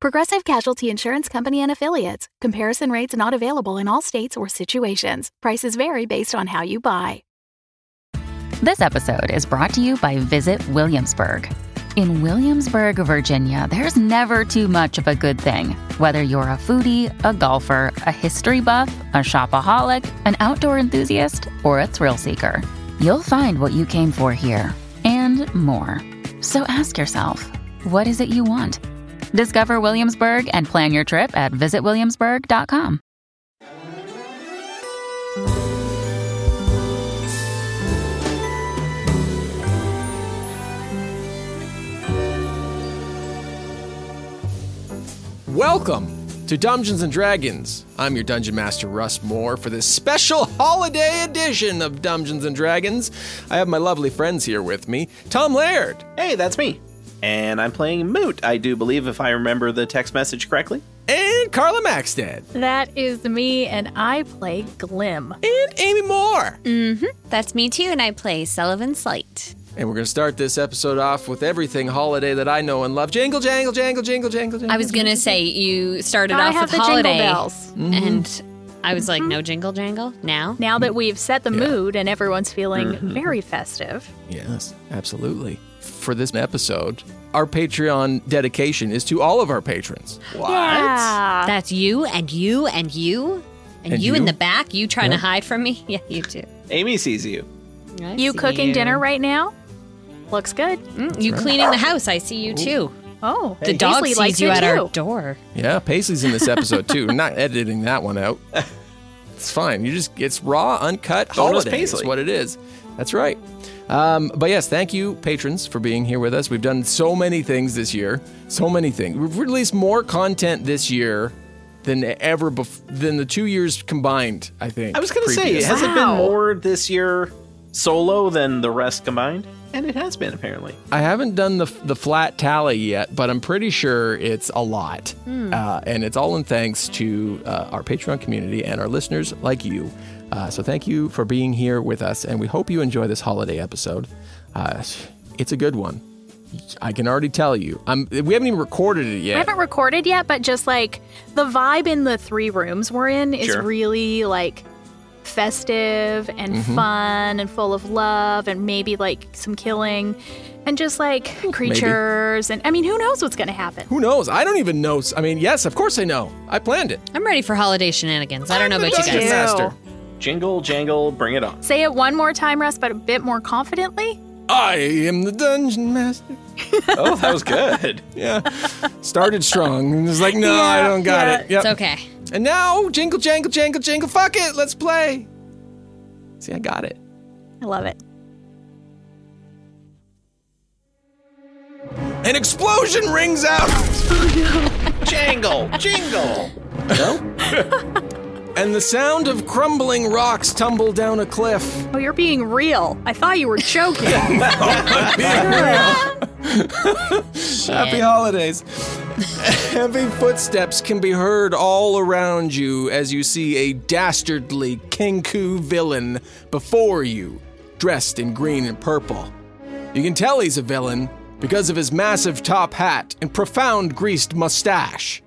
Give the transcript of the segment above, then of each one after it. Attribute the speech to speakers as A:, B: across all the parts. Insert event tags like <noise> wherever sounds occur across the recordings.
A: Progressive Casualty Insurance Company and Affiliates. Comparison rates not available in all states or situations. Prices vary based on how you buy.
B: This episode is brought to you by Visit Williamsburg. In Williamsburg, Virginia, there's never too much of a good thing. Whether you're a foodie, a golfer, a history buff, a shopaholic, an outdoor enthusiast, or a thrill seeker, you'll find what you came for here and more. So ask yourself, what is it you want? Discover Williamsburg and plan your trip at visitwilliamsburg.com.
C: Welcome to Dungeons and Dragons. I'm your dungeon master Russ Moore for this special holiday edition of Dungeons and Dragons. I have my lovely friends here with me. Tom Laird,
D: Hey, that's me. And I'm playing Moot, I do believe, if I remember the text message correctly.
C: and Carla Maxted,
E: That is me, and I play Glim.
C: and Amy Moore.
F: That's me too, and I play Sullivan Slight.
C: And we're going to start this episode off with everything holiday that I know and love. Jingle, jangle, jangle, jingle, jangle, jangle.
F: I was gonna say you started
E: I
F: off
E: have
F: with
E: the
F: holiday,
E: jingle bells.
C: Mm-hmm.
F: and I was like, no jingle jangle now.
E: Now that we've set the mood and everyone's feeling
F: Mm-hmm.
E: very festive,
C: Yes, absolutely. For this episode, our Patreon dedication is to all of our patrons.
D: What?
E: yeah,
F: That's you and you and you and,
C: And
F: you, in
C: you?
F: the back. You trying
C: Yeah.
F: to hide from me? <laughs> Yeah, you too.
D: Amy sees you.
F: I
E: you
F: see
E: cooking
F: you.
E: dinner right now? Looks good.
F: Mm, you cleaning the house? I see you too.
E: Oh,
F: The dog
E: Paisley
F: sees
E: likes
F: you
E: it
F: at our
E: too.
F: door.
C: Yeah, Paisley's in this episode too. We're not editing that one out. It's fine. You just it's raw, uncut
D: Bonus
C: holiday.
D: Paisley.
C: Is what it is. That's right. Um, but yes, thank you, patrons, for being here with us. We've done so many things this year. So many things. We've released more content this year than ever bef- than the two years combined. I think.
D: I was going to say,
C: previous.
D: has it been
E: Wow.
D: more this year solo than the rest combined? And it has been, apparently.
C: I haven't done the the flat tally yet, but I'm pretty sure it's a lot, uh, and it's all in thanks to uh, our Patreon community and our listeners like you. Uh, so thank you for being here with us, and we hope you enjoy this holiday episode. Uh, it's a good one. I can already tell you. I'm, we haven't even recorded it
E: I
C: yet.
E: haven't recorded yet, but just like the vibe in the three rooms we're in is
D: Sure.
E: really like festive and
F: Mm-hmm.
E: fun and full of love and maybe like some killing and just like creatures and I mean who knows what's going to happen.
C: Who knows? I don't even know. I mean, yes, of course I know. I planned it.
F: I'm ready for holiday shenanigans. I don't know about you
E: Dungeon
F: guys.
C: Master.
D: Jingle, jangle, bring it on.
E: Say it one more time, Russ, but a bit more confidently.
C: I am the dungeon master.
D: Oh, that was
E: <laughs>
D: good.
C: Yeah,
F: <laughs>
C: started strong. and was like, no, I don't got it. Yep.
F: It's okay.
C: And now, jingle, jangle, jangle, jingle, fuck it, let's play. See, I got it.
E: I love it.
C: An explosion rings out,
D: jangle, jingle.
C: and the sound of crumbling rocks tumble down a cliff.
E: Oh, you're being real. I thought you were joking.
C: Happy holidays. Heavy footsteps can be heard all around you as you see a dastardly Kenku villain before you, dressed in green and purple. You can tell he's a villain because of his massive top hat and profound greased mustache.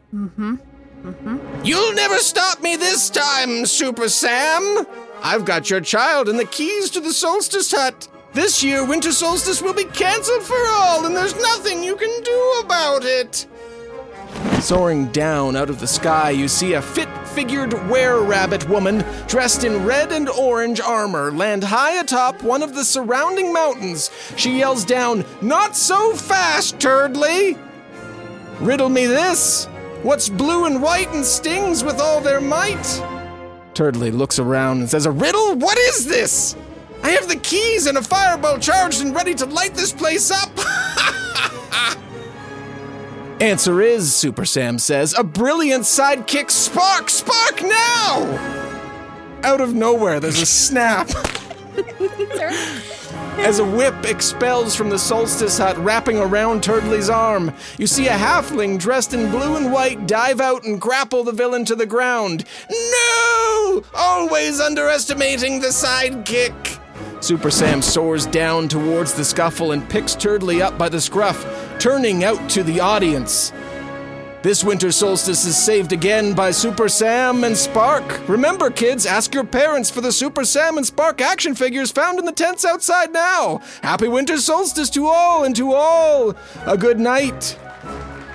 C: You'll never stop me this time, Super Sam! I've got your child and the keys to the Solstice Hut! This year, Winter Solstice will be cancelled for all, and there's nothing you can do about it! Soaring down out of the sky, you see a fit figured were rabbit woman dressed in red and orange armor land high atop one of the surrounding mountains. She yells down, Not so fast, Turdley! Riddle me this! What's blue and white and stings with all their might? Turdley looks around and says, A riddle? What is this? I have the keys and a fireball charged and ready to light this place up! <laughs> Answer is, Super Sam says, a brilliant sidekick spark! Spark now! out of nowhere, there's a snap. As a whip expels from the solstice hut, wrapping around Turtley's arm, you see a halfling dressed in blue and white dive out and grapple the villain to the ground. No! Always underestimating the sidekick! Super Sam soars down towards the scuffle and picks Turtley up by the scruff, turning out to the audience. This winter solstice is saved again by Super Sam and Spark. Remember, kids, ask your parents for the Super Sam and Spark action figures found in the tents outside now. Happy winter solstice to all and to all. A good night.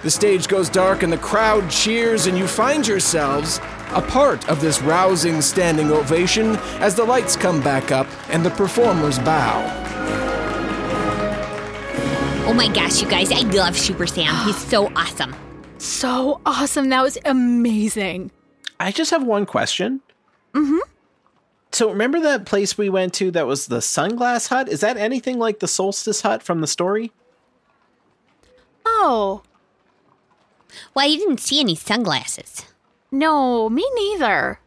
C: The stage goes dark and the crowd cheers, and you find yourselves a part of this rousing standing ovation as the lights come back up and the performers bow.
F: Oh my gosh, you guys, I love Super Sam. He's so awesome.
A: So awesome. That was amazing.
D: I just have one question. Mm-hmm. So remember that place we went to that was the Sunglass Hut? Is that anything like the Solstice Hut from the story?
A: Oh,
F: Well, you didn't see any sunglasses.
A: no, me neither.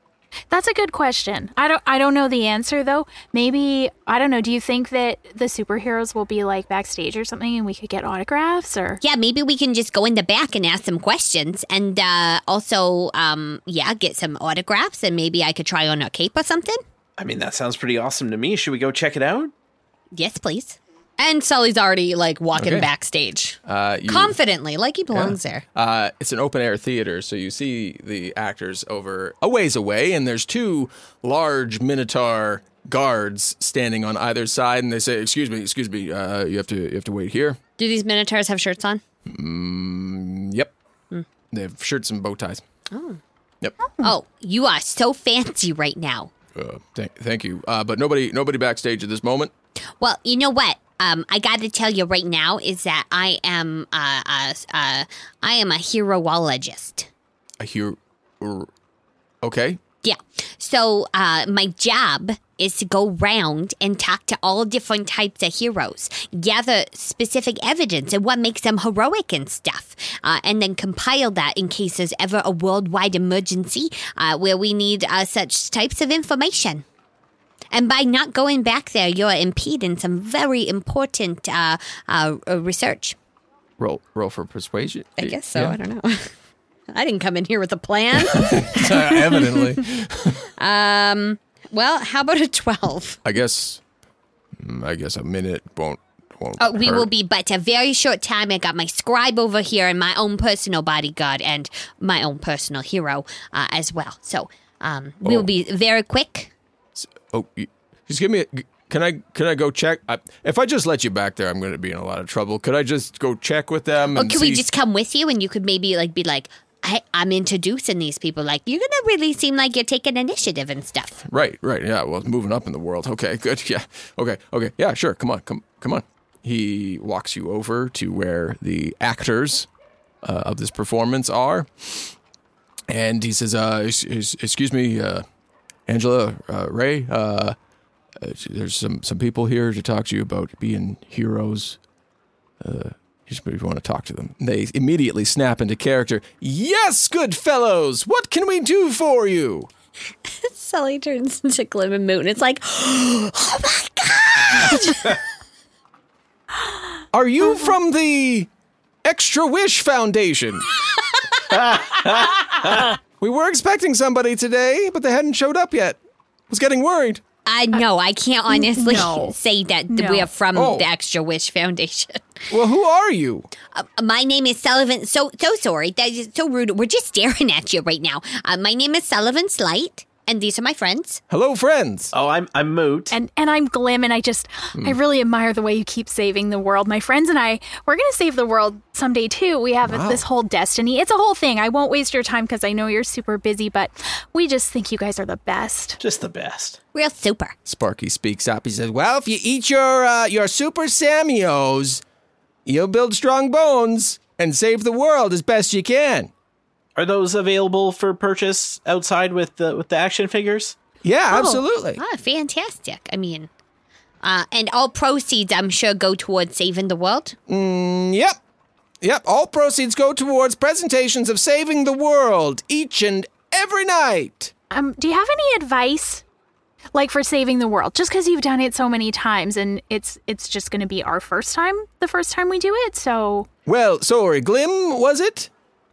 A: That's a good question. I don't I don't know the answer though. Maybe I don't know. Do you think that the superheroes will be like backstage or something and we could get autographs or
F: Yeah, maybe we can just go in the back and ask some questions and uh, also, um, yeah, get some autographs and maybe I could try on a cape or something.
D: I mean, that sounds pretty awesome to me. Should we go check it out?
F: Yes, please.
G: And Sully's already like walking
C: Okay.
G: backstage
C: Uh, you,
G: confidently, like he belongs there.
C: Uh, it's an open air theater, so you see the actors over a ways away, and there's two large minotaur guards standing on either side, and they say, "Excuse me, excuse me, uh, you have to you have to wait here."
G: Do these minotaurs have shirts on?
C: Yep,
G: Hmm.
C: they have shirts and bow ties. Oh, yep.
F: Oh, you are so fancy right now.
C: Uh, thank, thank you. Uh, but nobody nobody backstage at this moment.
F: Well, you know what? Um, I got to tell you right now is that I am uh, uh, uh, I am a heroologist.
C: I hear. er, Okay.
F: Yeah. So uh, my job is to go round and talk to all different types of heroes, gather specific evidence and what makes them heroic and stuff, uh, and then compile that in case there's ever a worldwide emergency uh, where we need uh, such types of information. And by not going back there, you're impeding some very important uh, uh, uh, research.
C: Roll roll for persuasion.
G: I guess so. I
C: <laughs>
G: don't
F: <laughs>
G: know. I didn't come in here with a plan.
C: Uh, Evidently,
F: Um,
G: well, how about a 12?
C: I guess. mm, I guess a minute won't won't.
F: Oh, we
C: hurt.
F: will be but a very short time. I got my scribe over here and my own personal bodyguard and my own personal hero uh, as well. So um, we
C: Oh.
F: will be very quick.
C: Oh, y- just give me. A, can I can I go check? I, if I just let you back there, I'm going to be in a lot of trouble. Could I just go check with them?
F: Or
C: And
F: could
C: see?
F: Oh, we just come with you and you could maybe like be like, I, I'm introducing these people. Like you're gonna really seem like you're taking initiative and stuff.
C: Right, right. Yeah. Well, moving up in the world. Okay, <laughs> good. Yeah. Okay. Okay. Yeah. Sure. Come on. Come. Come on. He walks you over to where the actors uh, of this performance are, and he says, uh, ex- ex- "Excuse me, uh, Angela uh, Ray. Uh, uh, there's some some people here to talk to you about being heroes. Uh, just if you want to talk to them, they immediately snap into character. Yes, good fellows. What can we do for you?"
G: Sully turns <laughs> into Glim and Moot and it's like,
C: Are you from the Extra Wish Foundation? we were expecting somebody today, but they hadn't showed up yet. Was getting worried.
F: I know
G: <laughs>
F: I can't honestly <laughs>
A: no.
F: say that
A: No.
F: we are from
C: Oh.
F: the Extra Wish Foundation.
C: Well, who are you?
F: Uh, my name is Sullivan. So so sorry. That is so rude. We're just staring at you right now. Uh, my name is Sullivan Slight, and these are my friends.
C: Hello, friends.
D: Oh, I'm I'm moot.
A: and and I'm glim and I just I really admire the way you keep saving the world. My friends and I we're going to save the world someday too. We have this whole destiny. It's a whole thing. I won't waste your time cuz I know you're super busy, but we just think you guys are the best.
D: Just the best.
F: Real super.
C: Sparky speaks up. He says, "Well, if you eat your uh, your super samios, you'll build strong bones and save the world as best you can."
D: Are those available for purchase outside with the with the action figures?
C: Yeah, absolutely.
F: Ah, fantastic. I mean, uh, and all proceeds, I'm sure, go towards saving the world.
C: Yep. Yep. All proceeds go towards presentations of saving the world each and every night.
A: Um do you have any advice like for saving the world just because you've done it so many times and it's it's just going to be our first time the first time we do it so
C: Well, sorry, Glim, was it?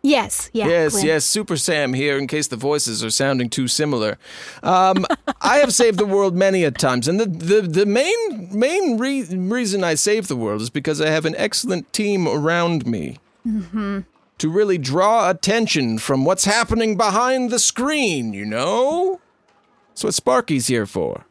A: yes yeah
C: Yes,
A: Glenn.
C: yes, Super Sam here in case the voices are sounding too similar. <laughs> Um, I have saved the world many a times, and the, the, the main, main re- reason I save the world is because I have an excellent team around me. Mm-hmm. To really draw attention from what's happening behind the screen, you know? That's what Sparky's here for.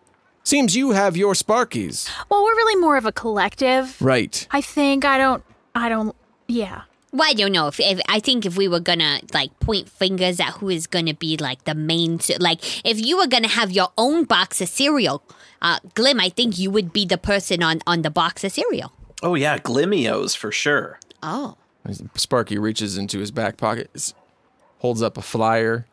C: Seems you have your Sparkies.
A: well we're really more of a collective
C: Right.
A: i think i don't i don't yeah
F: Well, I don't know if, if I think if we were gonna like point fingers at who is gonna be like the main, s- like if you were gonna have your own box of cereal, uh, Glim, I think you would be the person on on the box of cereal.
D: Oh yeah, Glimios for sure.
F: Oh,
C: Sparky reaches into his back pocket, s- holds up a flyer.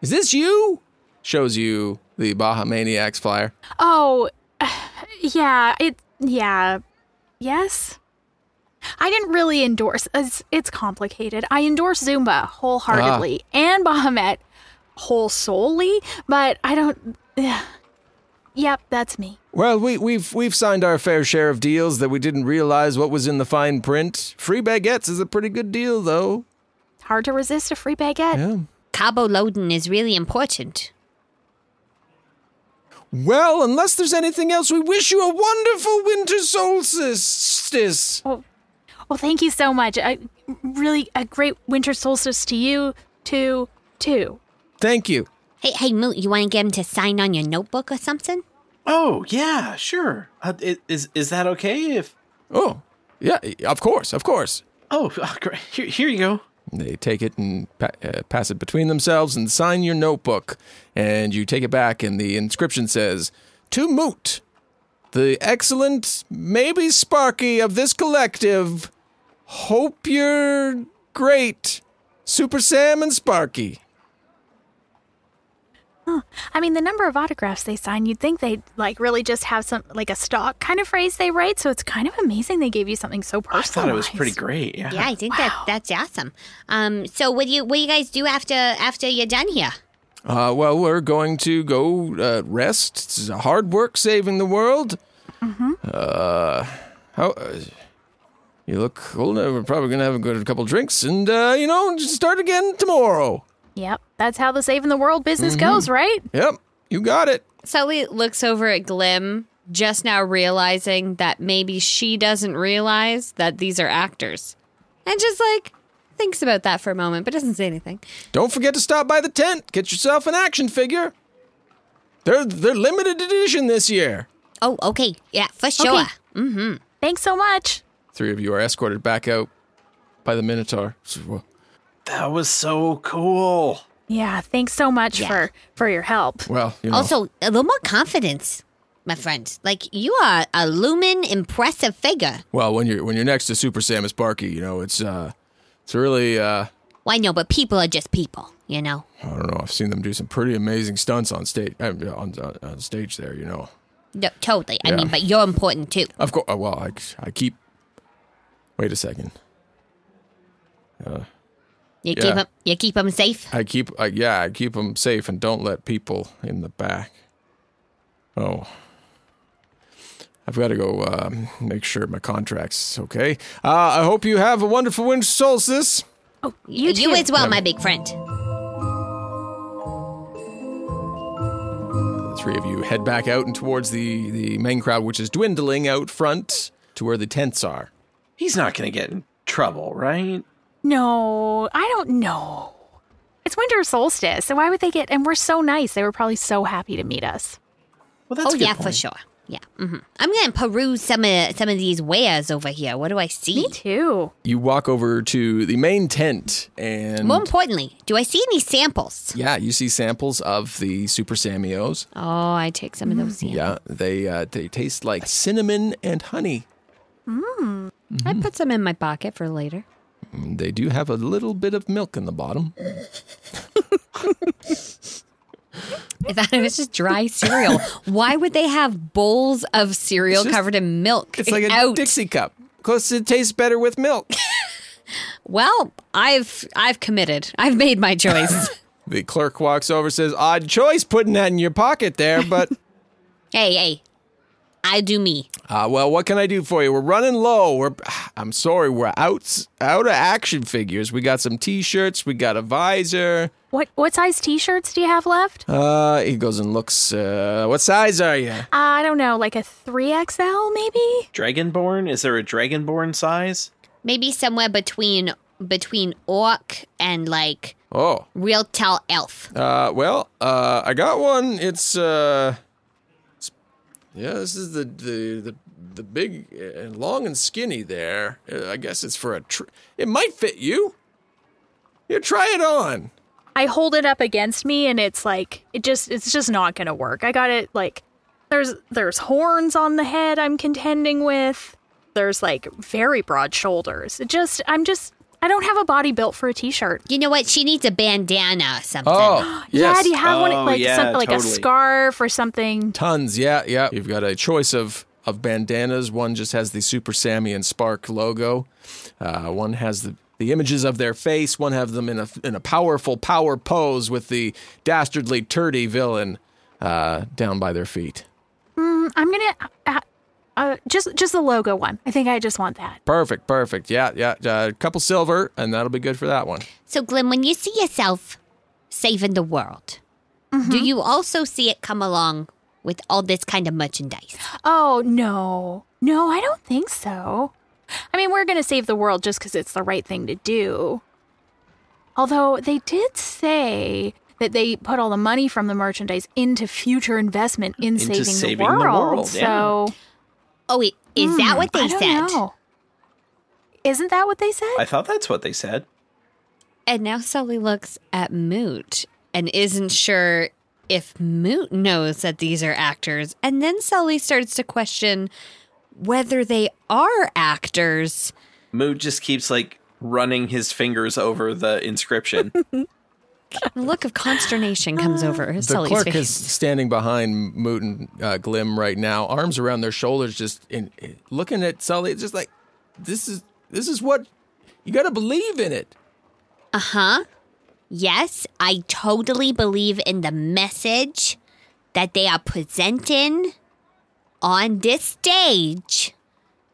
C: Is this you? Shows you the Baha Maniacs flyer.
A: oh <sighs> yeah it yeah yes i didn't really endorse it's, it's complicated i endorse zumba wholeheartedly and bahamut whole solely but i don't <sighs> yeah. yep that's me
C: Well, we, we've we've signed our fair share of deals that we didn't realize what was in the fine print. Free baguettes is a pretty good deal, though.
A: hard to resist a free baguette
C: Yeah.
F: Cabo Loden is really important.
C: Well, unless there's anything else, we wish you a wonderful winter solstice.
A: Well, thank you so much. I, really, a great winter solstice to you, to, to.
C: Thank you.
F: Hey, hey, Moot, you want to get him to sign on your notebook or
H: <laughs>
F: something?
D: Oh yeah, sure. Uh, i- is is that okay? If
C: Oh, yeah, of course, of course.
D: oh, <laughs> great. Here, here you go.
C: They take it and pa- uh, pass it between themselves and sign your notebook. And you take it back, and the inscription says, To Moot, the excellent, maybe sparky of this collective, hope you're great, Super Sam and Sparky.
A: I mean, the number of autographs they sign, you'd think they'd like really just have some, like a stock kind of phrase they write. So it's kind of amazing they gave you something so
D: I
A: personalized.
D: thought it was pretty great. Yeah.
F: Oh, Yeah, I think that that's awesome. Um, so what do you what do you guys do after after you're done here?
C: Uh, well, we're going to go uh, rest. It's hard work saving the world. Mm-hmm. Uh, how. Uh, you look old. We're probably going to have a good couple drinks and, uh, you know, just start again tomorrow.
A: Yep, that's how the saving the world business
D: Mm-hmm.
A: goes, right?
C: Yep, you got it.
H: Sully looks over at Glim, just now realizing that maybe she doesn't realize that these are actors. And just like thinks about that for a moment, but doesn't say anything.
C: Don't forget to stop by the tent. Get yourself an action figure. They're they're limited edition this year.
F: Oh, okay, yeah, for sure.
A: Thanks so much.
C: Three of you are escorted back out by the Minotaur.
D: That was so cool.
A: Yeah, thanks so much for for your help.
C: Well, you know.
F: Also, a little more confidence, my friend. Like you are a lumen impressive figure.
C: well, when you're when you're next to Super Samus Barky, you know it's uh it's really uh
F: Well, I know, but people are just people, you know.
C: I don't know. I've seen them do some pretty amazing stunts on stage uh, on, on on stage there. You know,
F: No, totally. I
C: Yeah.
F: mean, but you're important too.
C: of course. Uh, well, I I keep. Wait a second.
F: You
C: Yeah.
F: keep 'em keep them, you keep 'em safe.
C: I keep, I yeah, I keep them safe and don't let people in the back. Oh, I've got to go uh, make sure my contract's okay. Uh, I hope you have a wonderful winter solstice.
F: You,
A: too.
F: as well, my big friend.
C: The three of you head back out and towards the the main crowd, which is dwindling out front to where the tents are.
D: He's not gonna get in trouble, right?
A: No, I don't know. It's winter solstice, so why would they get? And we're so nice; they were probably so happy to meet us.
D: Well, that's
F: oh
D: a good
F: yeah, for
D: point.
F: sure. Yeah, hmm I'm gonna peruse some of some of these wares over here. What do I see?
A: Me too.
C: You walk over to the main tent and.
F: More importantly, do I see any samples?
C: yeah, you see samples of the Super Samios.
H: Oh, I take some of those. Yeah.
C: Yeah, they uh, they taste like cinnamon and honey.
H: I put some in my pocket for later.
C: They do have a little bit of milk in the bottom.
H: I thought it was just dry cereal. <laughs> Why would they have bowls of cereal
C: It's just-
H: covered in milk?
C: It's like a
H: out.
C: Dixie cup. Close to tastes better with milk. <laughs>
H: well, I've I've committed. I've made my choice.
C: the clerk walks over, says, "Odd choice putting that in your pocket there, <laughs> but
F: <laughs> Hey, hey, I do me.
C: Uh, well, what can I do for you? We're running low. We're, <sighs> I'm sorry, we're out out of action figures. We got some T-shirts. We got a visor.
A: What what size T-shirts do you have left?
C: Uh, he goes and looks. Uh, what size are you?
A: I don't know, like a three XL maybe.
D: Dragonborn? Is there a dragonborn size?
F: Maybe somewhere between between orc and like
C: Oh,
F: real tell elf.
C: uh, well, uh, I got one. It's uh, it's- yeah, this is the the the, the big and long and skinny there. Uh, I guess it's for a. Tr- it might fit you. You try it on.
A: I hold it up against me, and it's like it just it's just not gonna work. I got it like there's there's horns on the head. I'm contending with. There's like very broad shoulders. It just I'm just I don't have a body built for a T-shirt.
F: You know what? She needs a bandana or something.
C: Oh, yes.
A: Yeah, do you have one
D: Oh,
A: like
D: yeah,
A: something like
D: totally.
A: a scarf or something?
C: Tons, yeah, yeah. You've got a choice of of bandanas. One just has the Super Sammy and Spark logo. Uh, one has the the images of their face. One have them in a in a powerful power pose with the dastardly turdy villain uh, down by their feet.
A: I'm gonna uh, uh, just just the logo one. I think I just want that.
C: Perfect, perfect. Yeah, yeah. uh, A couple silver, and that'll be good for that one.
F: So, Glenn, when you see yourself saving the world, do
H: Mm-hmm.
F: you also see it come along with all this kind of merchandise?
A: Oh no, no, I don't think so. I mean, we're gonna save the world just because it's the right thing to do. Although they did say that they put all the money from the merchandise into future investment in
D: Into
A: saving,
D: saving
A: the
D: the
A: world.
D: world,
A: so hmm,
F: Oh, wait, is that what they
A: I
F: said?
A: don't know. Isn't that what they said?
D: I thought that's what they said.
H: And now Sully looks at Moot and isn't sure if Moot knows that these are actors. And then Sully starts to question whether they are actors.
D: Mood just keeps like running his fingers over the
F: <laughs>
D: inscription.
H: A look of consternation comes
C: <gasps>
H: over
C: The
H: Sully's
C: clerk
H: face.
C: is standing behind Moot and uh, Glim right now, arms around their shoulders, just in, in- looking at Sully. It's just like, this is this is what you got to believe in it.
F: Uh huh. Yes, I totally believe in the message that they are presenting on this stage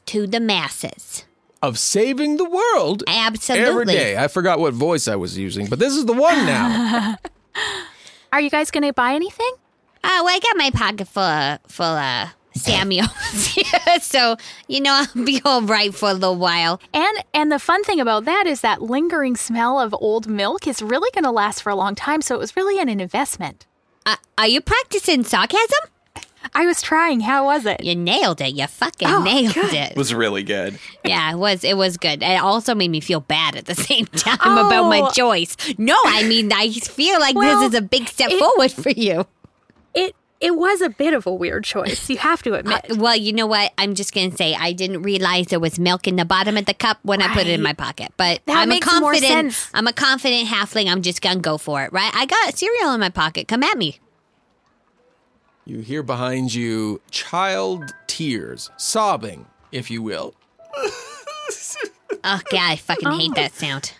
F: to the masses.
C: of saving the world
F: Absolutely.
C: every day. I forgot what voice I was using, but this is the one now. <laughs>
A: Are you guys gonna buy anything?
F: Oh, well, I got my pocket full of, full of <laughs> Samuels. so, you know, I'll be all right for a little while.
A: And and the fun thing about that is that lingering smell of old milk is really going to last for a long time, so it was really an investment.
F: Uh, are you practicing sarcasm?
A: I was trying. How was it?
F: You nailed it. You fucking
H: Oh,
F: nailed it.
D: It was really good.
F: yeah, it was. It was good. It also made me feel bad at the <laughs> same time about my
A: Oh.
F: choice. No, I mean, I feel like
A: Well,
F: this is a big step
A: it-
F: forward for you.
A: It it was a bit of a weird choice. You have to
F: Uh,
A: admit.
F: well, you know what? I'm just gonna say I didn't realize there was milk in the bottom of the cup when I put it in my pocket. But
A: That
F: I'm
A: makes
F: a
A: more
F: confident.
A: sense.
F: I'm a confident halfling. I'm just gonna go for it, right? I got cereal in my pocket. Come at me.
C: you hear behind you child tears, sobbing, if you will.
F: Oh god, I fucking hate that sound.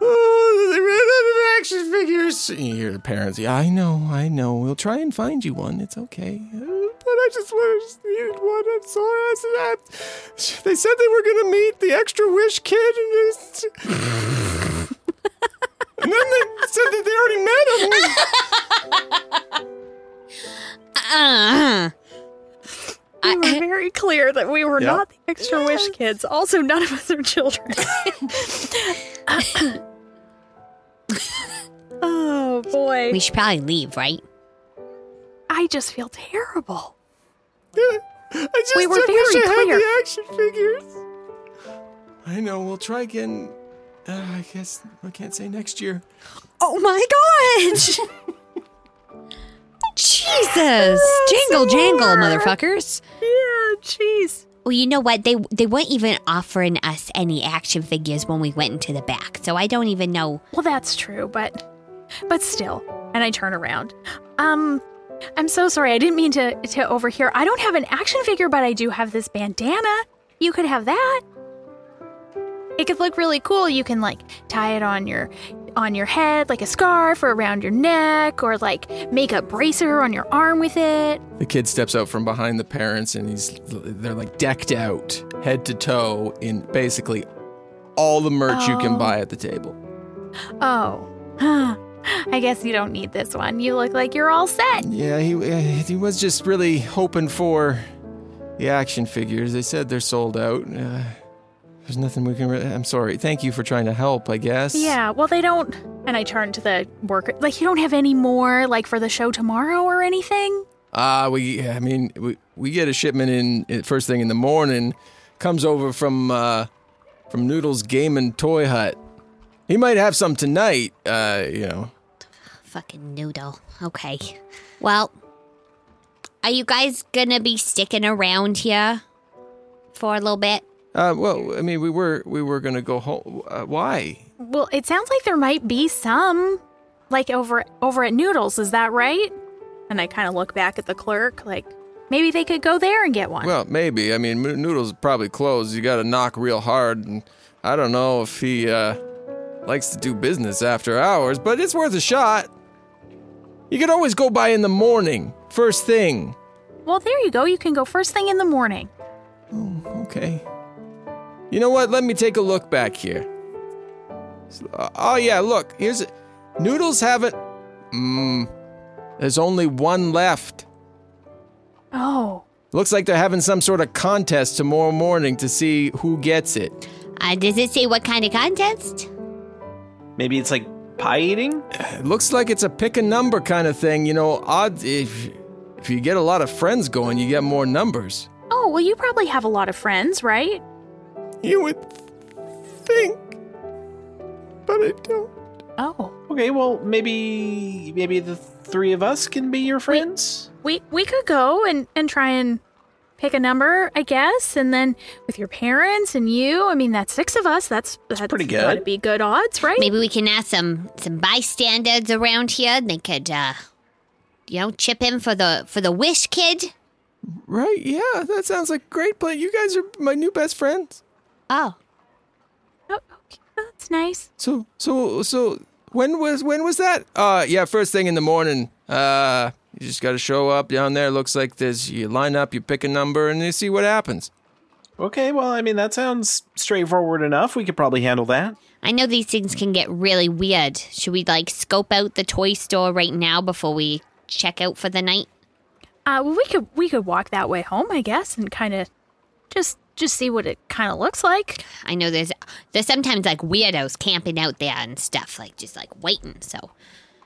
C: Oh, they ran out of action figures. And you hear the parents. Yeah, I know, I know. We'll try and find you one. It's okay. Uh, But I just, want, I just needed one. I'm sorry. I said, I, they said they were going to meet the extra wish kid. And, just, and then they said that they already met him.
F: Uh,
A: we were very clear that we were
D: Yeah.
A: not the extra wish kids. Also, none of us are
E: <laughs>
A: children. <laughs> oh boy,
F: <laughs> we should probably leave, right?
A: I just feel terrible.
C: I just
A: We were
C: did wish
A: very
C: I had
A: clear.
C: the action figures. I know. We'll try again. Uh, I guess I can't say next year.
H: oh my god! Jesus! Jingle, jangle, motherfuckers.
A: Yeah, jeez.
F: Well, you know what? They they weren't even offering us any action figures when we went into the back, so I don't even know.
A: Well, that's true, but but still. And I turn around. Um I'm so sorry. I didn't mean to to overhear. I don't have an action figure, but I do have this bandana. You could have that. It could look really cool. You can like tie it on your on your head, like a scarf or around your neck, or like make a bracer on your arm with it.
C: The kid steps out from behind the parents and he's they're like decked out head to toe in basically all the merch you
A: Oh.
C: can buy at the table.
A: Oh, <sighs> I guess you don't need this one. You look like you're all set.
C: Yeah, he uh, he was just really hoping for the action figures. They said they're sold out. Uh, there's nothing we can. Re- I'm sorry. Thank you for trying to help. I guess.
A: Yeah, well, they don't. And I turn to the worker, like, you don't have any more, like, for the show tomorrow or anything?
C: Uh, we, I mean, we, we get a shipment in uh, first thing in the morning. Comes over from uh, from Noodles Game and Toy Hut. He might have some tonight. Uh, you know.
F: Fucking noodle. Okay. Well, are you guys gonna be sticking around here for a little bit?
C: Uh, well, I mean, we were we were gonna go home. Uh, why?
A: Well, it sounds like there might be some, like, over over at Noodles. Is that right? And I kind of look back at the clerk, like, maybe they could go there and get one.
C: Well, maybe. I mean, Mo- Noodles is probably closed. You got to knock real hard, and I don't know if he uh, likes to do business after hours, but it's worth a shot. You could always go by in the morning, first thing.
A: well, there you go. You can go first thing in the morning.
C: Okay. You know what? Let me take a look back here. S- uh, Oh yeah, look. Here's a- Noodles haven't. Mmm. There's only one left.
A: Oh.
C: Looks like they're having some sort of contest tomorrow morning to see who gets it.
F: Uh, does it say what kind of contest?
D: Maybe it's like pie eating?
C: It looks like it's a pick a number kind of thing. You know, odd if if you get a lot of friends going, you get more numbers.
A: Oh, well, you probably have a lot of friends, right?
C: You would think, but I don't.
A: Oh.
D: Okay, well maybe maybe the three of us can be your friends.
A: we we could go and and try and pick a number i guess and then with your parents and you i mean that's six of us that's that's,
D: pretty good.
A: gotta be good odds right
F: Maybe we can ask some some bystanders around here. and They could, uh, you know, chip in for the for the wish kid.
C: Right? Yeah, that sounds like a great plan. You guys are my new best friends.
F: Oh,
A: Oh, okay, that's nice
C: So so so when was when was that? Uh, yeah, first thing in the morning. Uh, you just got to show up down there. Looks like there's you line up, you pick a number, and you see what happens.
D: Okay, well I mean that sounds straightforward enough. We could probably handle that.
F: I know these things can get really weird. Should we like scope out the toy store right now before we check out for the night?
A: uh well, we could we could walk that way home i guess and kind of just just see what it kind of looks like
F: I know there's there's sometimes like weirdos camping out there and stuff, like just like waiting. So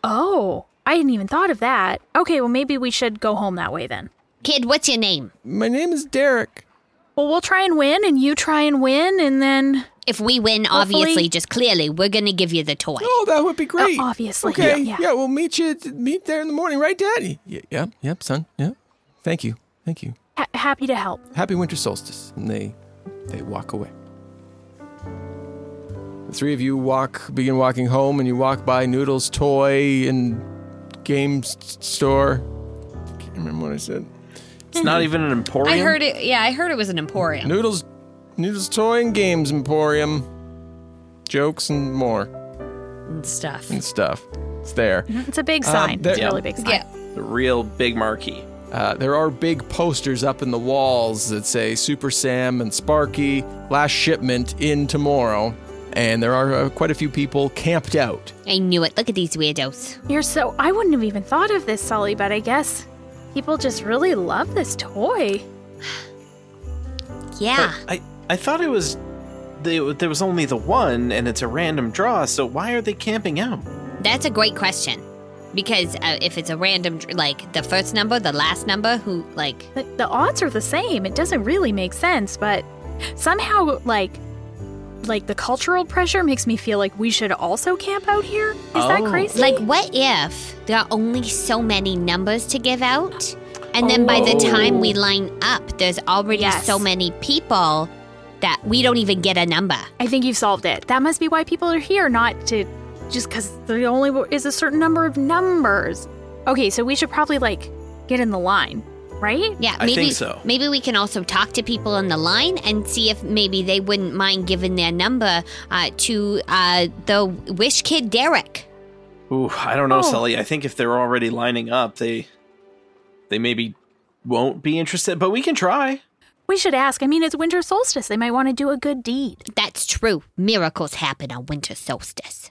A: oh i hadn't even thought of that okay well maybe we should go home that way then
F: Kid, what's your name?
C: My name is Derek.
A: well we'll try and win and you try and win and then
F: If we win,
A: Hopefully-
F: obviously, just clearly, we're gonna give you the toy.
C: Oh, that would be great.
A: obviously.
C: Okay.
A: Yeah.
C: Yeah. we'll meet you meet there in the morning, right, Daddy? Yeah, yep, yep, son. Yep. Thank you. Thank you.
A: ha- happy to help
C: Happy winter solstice. And they they walk away. The three of you walk begin walking home and you walk by Noodle's toy and game s- store. Can't remember what I said.
D: It's not even an emporium.
H: Mm-hmm. I heard it. Yeah, I heard it was an emporium.
C: Noodle's Noodle's Toy and Games Emporium. Jokes and more
H: and stuff.
C: and stuff. It's there.
A: it's a big sign
C: there-
A: it's a really big sign
H: Yeah.
D: the real big marquee.
C: Uh, there are big posters up in the walls that say Super Sam and Sparky, last shipment in tomorrow. And there are uh, quite a few people camped out.
F: I knew it. Look at these weirdos.
A: You're so. I wouldn't have even thought of this, Sully, but I guess people just really love this toy.
F: Yeah.
D: I I thought it was they, there was only the one and it's a random draw, so why are they camping out?
F: That's a great question. Because uh, if it's a random, dr- like the first number, the last number, who, like,
A: The, the odds are the same. It doesn't really make sense, but somehow, like, like the cultural pressure makes me feel like we should also camp out here. Is that
D: Oh.
A: crazy?
F: like, what if there are only so many numbers to give out? And then by the time we line up, there's already
A: Yes.
F: so many people that we don't even get a number.
A: I think you've solved it. That must be why people are here, not to just because there only is a certain number of numbers. Okay, so we should probably like get in the line. right?
F: Yeah,
D: I
F: maybe
D: think so.
F: maybe we can also talk to people on the line and see if maybe they wouldn't mind giving their number uh, to uh, the Wish Kid Derek.
D: Ooh, I don't
H: Oh.
D: know, Sully. I think if they're already lining up, they they maybe won't be interested, but we can try.
A: We should ask. I mean, it's winter solstice. They might want to do a good deed.
F: That's true. Miracles happen on winter solstice.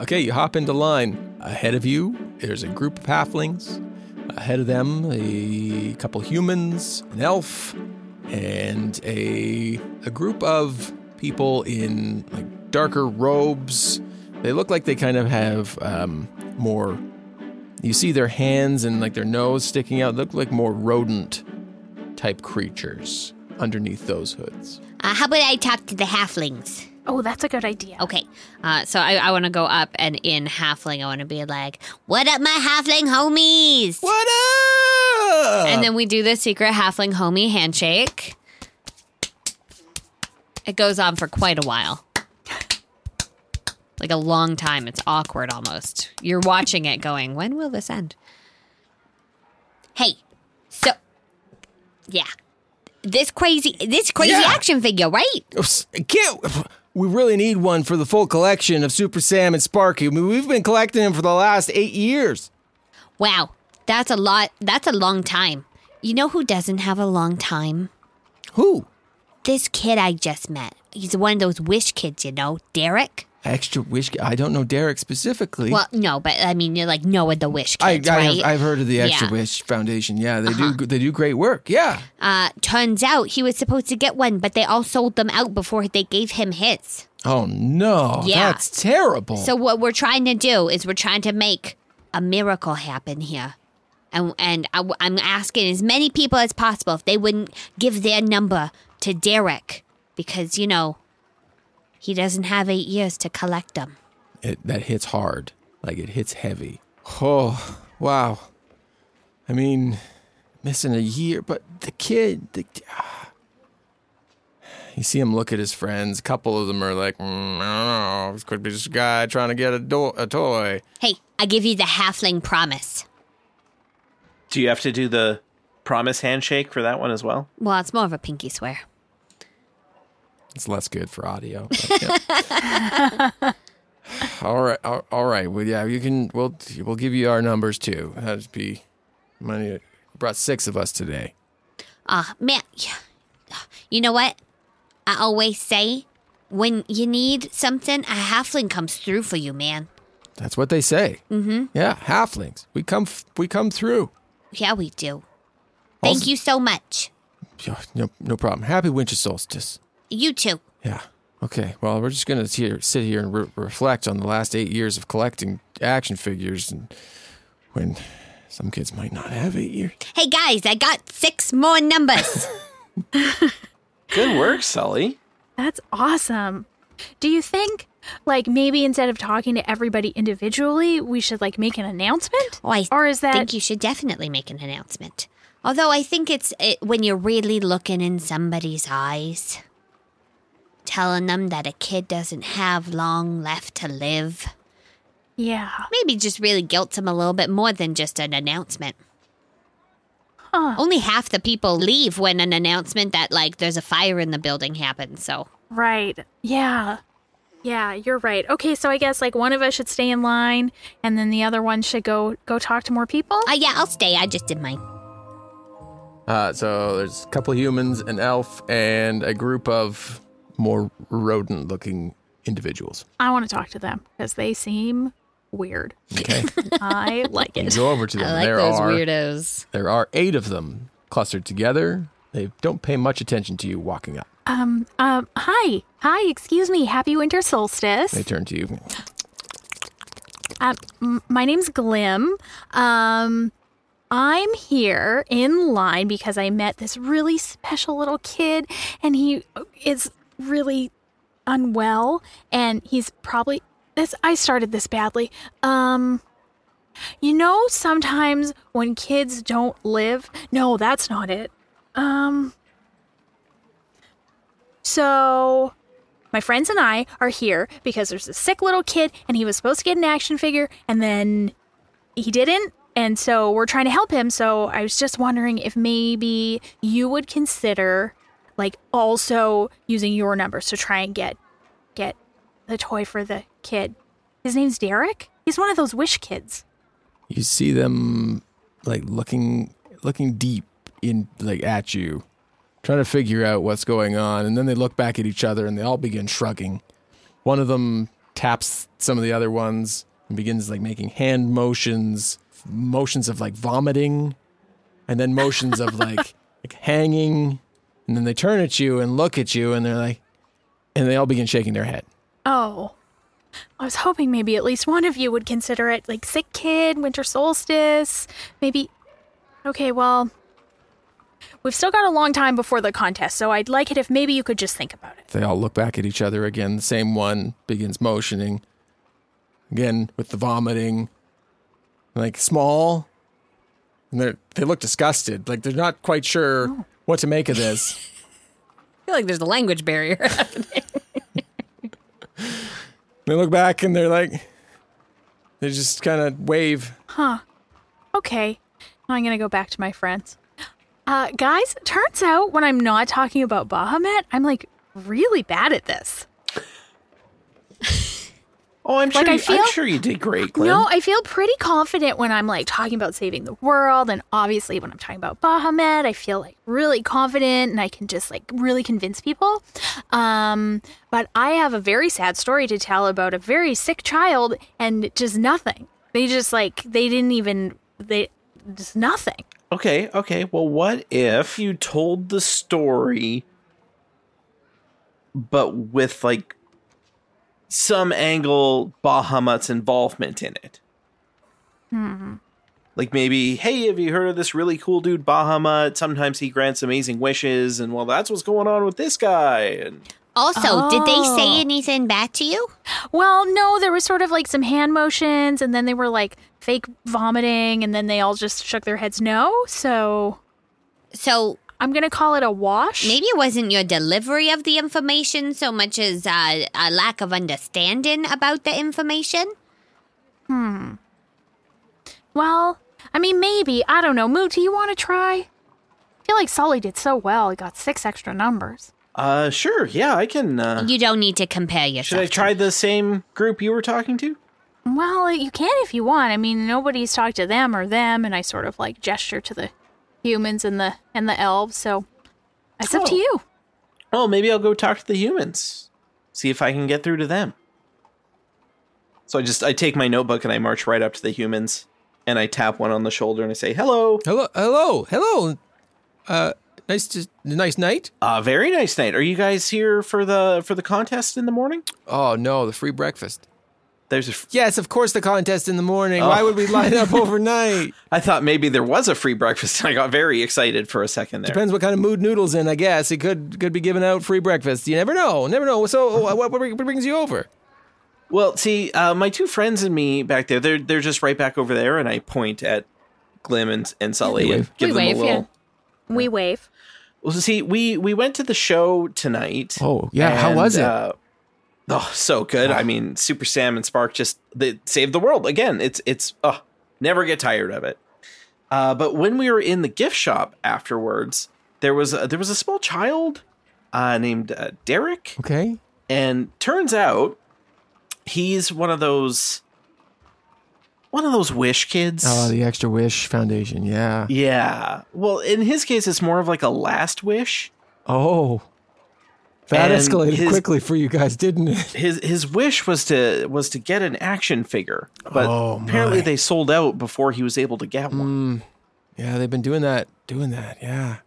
C: Okay, you hop into line. Ahead of you, there's a group of halflings. Ahead of them, a couple humans, an elf, and a a group of people in like darker robes. They look like they kind of have um, more. You see their hands and like their nose sticking out. Look like more rodent type creatures underneath those hoods.
F: Uh, how about I talk to the halflings?
A: Oh, that's a good idea.
F: Okay. Uh, so I, I want to go up and in halfling, I want to be like, "What up, my halfling homies?"
C: What up?
H: and then we do the secret halfling homie handshake. It goes on for quite a while. Like a long time. It's awkward almost. You're watching it going, when will this end?
F: Hey, so yeah, this crazy, this crazy
C: Yeah.
F: action figure, right?
C: Oops, I can't. We really need one for the full collection of Super Sam and Sparky. I mean, we've been collecting them for the last eight years.
F: Wow, that's a lot. That's a long time. You know who doesn't have a long time?
C: Who?
F: This kid I just met. He's one of those wish kids, you know, Derek.
C: Extra wish. I don't know Derek specifically.
F: Well, no, but I mean, you're like Noah the Wish
C: I,
F: Kids,
C: I
F: right?
C: have, I've heard of the Extra
F: Yeah. Uh-huh.
C: Wish Foundation. Yeah, they do. They do great work. Yeah.
F: Uh, turns out he was supposed to get one, but they all sold them out before they gave him his.
C: Oh no.
F: Yeah.
C: That's terrible.
F: So what we're trying to do is we're trying to make a miracle happen here. And, and I, am asking as many people as possible if they wouldn't give their number to Derek because, you know, he doesn't have eight years to collect them.
C: it, that hits hard. Like it hits heavy. Oh wow. I mean, missing a year, but the kid. The, ah. <sighs> you see him look at his friends. A couple of them are like, mm, I don't know. This could be just a guy trying to get a, do- a toy.
F: Hey, I give you the halfling promise.
D: Do you have to do the promise handshake for that one as well?
F: Well, it's more of a pinky swear.
C: It's less good for audio. <laughs> but, yeah. <sighs> all right, all, all right. Well, yeah, you can. We'll we'll give you our numbers too. That'd be money. Brought six of us today.
F: Ah, man, yeah. You know what? I always say when you need something, a halfling comes through for you, man.
C: That's what they say. Mm-hmm. Yeah, halflings. We come. f- We come through.
F: Yeah, we do. Thank you so much.
C: Yeah, No, no problem. Happy winter solstice.
F: You too.
C: Yeah. Okay. Well, we're just gonna here, sit here and re- reflect on the last eight years of collecting action figures, and when some kids might not have eight years.
F: Hey guys, I got six more <laughs> numbers.
D: Good work, Sully.
A: That's awesome. Do you think, like, maybe instead of talking to everybody individually, we should, like, make an announcement?
F: oh, I
A: or is that.
F: think you should definitely make an announcement. Although I think it's it, when you're really looking in somebody's eyes, telling them that a kid doesn't have long left to live.
A: yeah.
F: maybe just really guilt him a little bit more than just an announcement.
A: Huh.
F: Only half the people leave when an announcement that like there's a fire in the building happens. So
A: Right. Yeah. Yeah, you're right. Okay, so I guess like one of us should stay in line and then the other one should go go talk to more people.
F: uh, yeah, I'll stay. I just did mine.
C: Uh, so there's a couple humans, an elf, and a group of more rodent looking
F: <laughs>
C: individuals.
A: I want to talk to them because they seem weird.
C: Okay.
F: <laughs>
A: I like
C: You
A: it.
C: go over to them.
F: I like
C: there
F: those
C: are
F: weirdos.
C: there are eight of them clustered together. They don't pay much attention to you walking up.
A: Um, um, hi. Hi, excuse me. Happy winter solstice.
C: They turn to you.
A: Um, m- my name's Glim. Um, I'm here in line because I met this really special little kid, and he is really unwell, and he's probably this. I started this badly. Um, you know, sometimes when kids don't live, no, that's not it. Um, so my friends and I are here because there's a sick little kid and he was supposed to get an action figure and then he didn't. And so we're trying to help him. So I was just wondering if maybe you would consider like also using your numbers to try and get get the toy for the kid. His name's Derek. He's one of those wish kids.
C: You see them like looking looking deep in like at you, trying to figure out what's going on, and then they look back at each other and they all begin shrugging. One of them taps some of the other ones and begins like making hand motions, motions of like vomiting, and then motions of like like hanging, and then they turn at you and look at you and they're like and they all begin shaking their head.
A: Oh. I was hoping maybe at least one of you would consider it like sick kid, winter solstice, maybe. Okay, well, we've still got a long time before the contest, so I'd like it if maybe you could just think about it.
C: They all look back at each other again. The same one begins motioning. Again, with the vomiting. Like, small. And they they look disgusted. Like, they're not quite sure what to make of this.
F: I feel like there's a language barrier. <laughs>
C: they look back and they're like, they just kind of wave.
A: Okay, now I'm gonna go back to my friends. Uh, guys, turns out when I'm not talking about Bahamut, I'm like really bad at this.
D: Oh, I'm sure.
A: Like, I
D: you,
A: feel-
D: I'm sure you did great, Glenn.
A: No, I feel pretty confident when I'm like talking about saving the world. And obviously, when I'm talking about Bahamut, I feel like really confident and I can just like really convince people. Um, but I have a very sad story to tell about a very sick child and just nothing. They just like, they didn't even, they just nothing.
D: Okay, okay. Well, what if you told the story, but with like some angle Bahamut's involvement in it?
A: Hmm.
D: Like maybe, hey, have you heard of this really cool dude Bahamut? Sometimes he grants amazing wishes, and well, that's what's going on with this guy. And
F: Also, did they
A: Oh.
F: say anything bad to you?
A: Well, no, there was sort of like some hand motions and then they were like fake vomiting and then they all just shook their heads no. So
F: So
A: I'm going to call it a wash.
F: maybe it wasn't your delivery of the information so much as uh, a lack of understanding about the information.
A: Well, I mean, maybe. I don't know. Moot, do you want to try? I feel like Sully did so well. He got six extra numbers.
D: uh, sure, yeah, I can. Uh,
F: You don't need to compare
D: should I
F: yourself.
D: try the same group you were talking to?
A: Well, you can if you want. I mean, nobody's talked to them or them, and I sort of like gesture to the humans and the and the elves. So it's up to
D: Oh.
A: you.
D: Oh, maybe I'll go talk to the humans. See if I can get through to them. So I just I take my notebook and I march right up to the humans and I tap one on the shoulder and I say, "Hello.
C: Hello, hello, hello. Uh, nice, to, nice night.
D: Uh very nice night. Are you guys here for the for the contest in the morning?"
C: Oh, no, the free breakfast.
D: There's a fr-
C: Yes, of course, the contest in the morning. Why
D: Oh.
C: would we line <laughs> up overnight?
D: I thought maybe there was a free breakfast <laughs> and I got very excited for a second there.
C: Depends what kind of mood Noodle's in, I guess. It could could be giving out free breakfast. You never know. Never know. So, uh, what, what brings you over?
D: Well, see, uh, my two friends and me back there, they're they're just right back over there and I point at Glim and, and Sully
C: We
D: and
C: wave.
D: give
F: We
D: them
F: wave,
D: a
F: yeah.
D: little
A: We wave.
D: Well, see, we we went to the show tonight.
C: Oh, yeah, how was it?
D: uh, oh, so good. I mean, Super Sam and Spark just they saved the world again. It's it's oh, never get tired of it. Uh, but when we were in the gift shop afterwards, there was a, there was a small child uh, named uh, Derek,
C: Okay.
D: and turns out he's one of those one of those wish kids.
C: Oh, the Extra Wish Foundation. Yeah.
D: yeah. Well, in his case, it's more of like a last wish.
C: Oh. That
D: And
C: escalated
D: his-
C: quickly for you guys, didn't it?
D: His his wish was to was to get an action figure, but
C: Oh,
D: apparently
C: my. Mm.
D: they sold out before he was able to get one.
C: Yeah, they've been doing that, doing that. Yeah.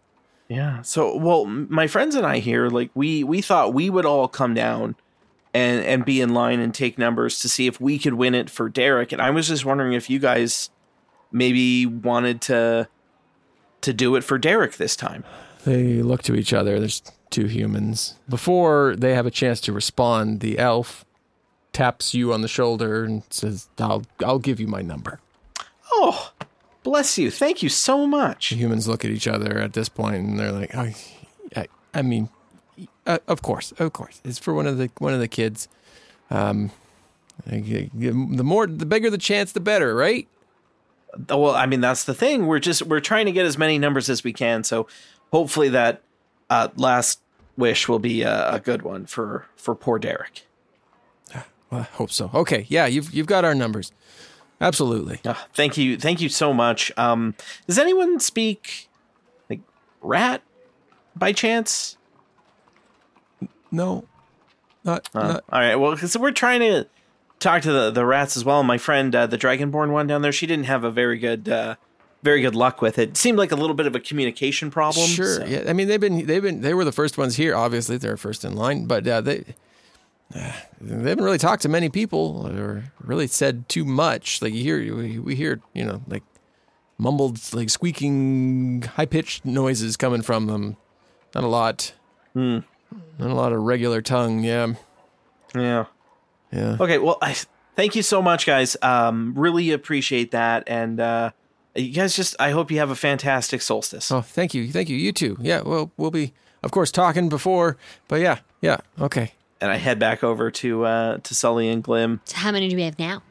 D: Yeah. So, well, m- my friends and I here, like we we thought we would all come down and and be in line and take numbers to see if we could win it for Derek. And I was just wondering if you guys maybe wanted to to do it for Derek this time.
C: They look to each other. There's two humans. Before they have a chance to respond, the elf taps you on the shoulder and says, "I'll I'll give you my number."
D: Oh, bless you. Thank you so much.
C: The humans look at each other at this point and they're like, "I, I, I mean, uh, of course, of course, it's for one of the one of the kids." Um, I g- g- the more, the bigger the chance, the better, right?
D: Oh, Well, I mean, that's the thing. We're just we're trying to get as many numbers as we can. So, hopefully that uh last wish will be a, a good one for for poor Derek.
C: Well, I hope so. Okay, yeah, you've you've got our numbers. Absolutely.
D: Ah, thank you, thank you so much. Um, does anyone speak like rat by chance?
C: No, not,
D: Uh,
C: not
D: all right, well, so we're trying to talk to the, the rats as well. My friend, uh, the dragonborn one down there, she didn't have a very good, uh, very good luck with it. Seemed like a little bit of a communication problem.
C: Sure.
D: so-
C: Yeah. I mean, they've been they've been they were the first ones here. Obviously, they're first in line, but uh, they uh, they haven't really talked to many people or really said too much. Like you hear we- we hear you know like mumbled like squeaking high pitched noises coming from them. Not a lot.
D: Hmm.
C: Not a lot of regular tongue. Yeah.
D: yeah.
C: Yeah.
D: Okay. Well, I thank you so much, guys. Um, really appreciate that, and uh, you guys just, I hope you have a fantastic solstice.
C: Oh, thank you, thank you. You too. Yeah. Well, we'll be of course talking before, but yeah, yeah. Okay.
D: And I head back over to uh, to Sully and Glim.
F: So how many do we have now?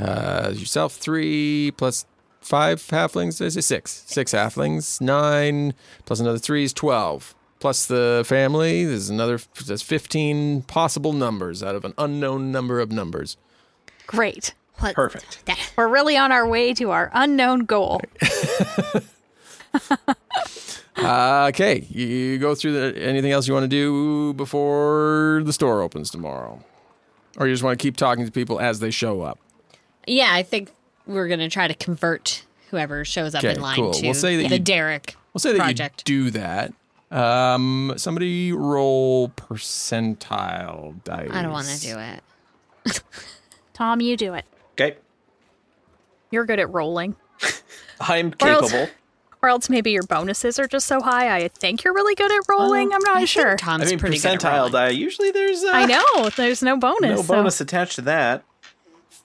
C: Uh, yourself three plus five halflings. Is it six? Six halflings. Nine plus another three is twelve. Plus the family, there's another. There's fifteen possible numbers out of an unknown number of numbers.
A: Great.
F: What-
D: Perfect.
F: That,
A: We're really on our way to our unknown goal.
C: Uh, okay, you, you go through the, anything else you want to do before the store opens tomorrow, or you just want to keep talking to people as they show up.
H: Yeah, I think we're gonna try to convert whoever shows up
C: Okay,
H: in line
C: cool.
H: to
C: We'll say that
H: the
C: you-
H: Derek.
C: We'll say that
H: project.
C: you do that. Um, somebody roll percentile dice.
H: I don't want to do it.
A: Tom, you do it.
D: Okay.
A: You're good at rolling.
D: I'm
A: Or else-
D: capable.
A: Or else maybe your bonuses are just so high. I think you're really good at rolling. I'm
H: I
A: not
H: think
F: <laughs>
A: sure.
H: Tom's
D: I mean,
H: pretty good at
D: percentile
H: rolling.
D: die. Usually there's uh,
A: I know. There's no bonus.
D: no
A: so-
D: bonus attached to that.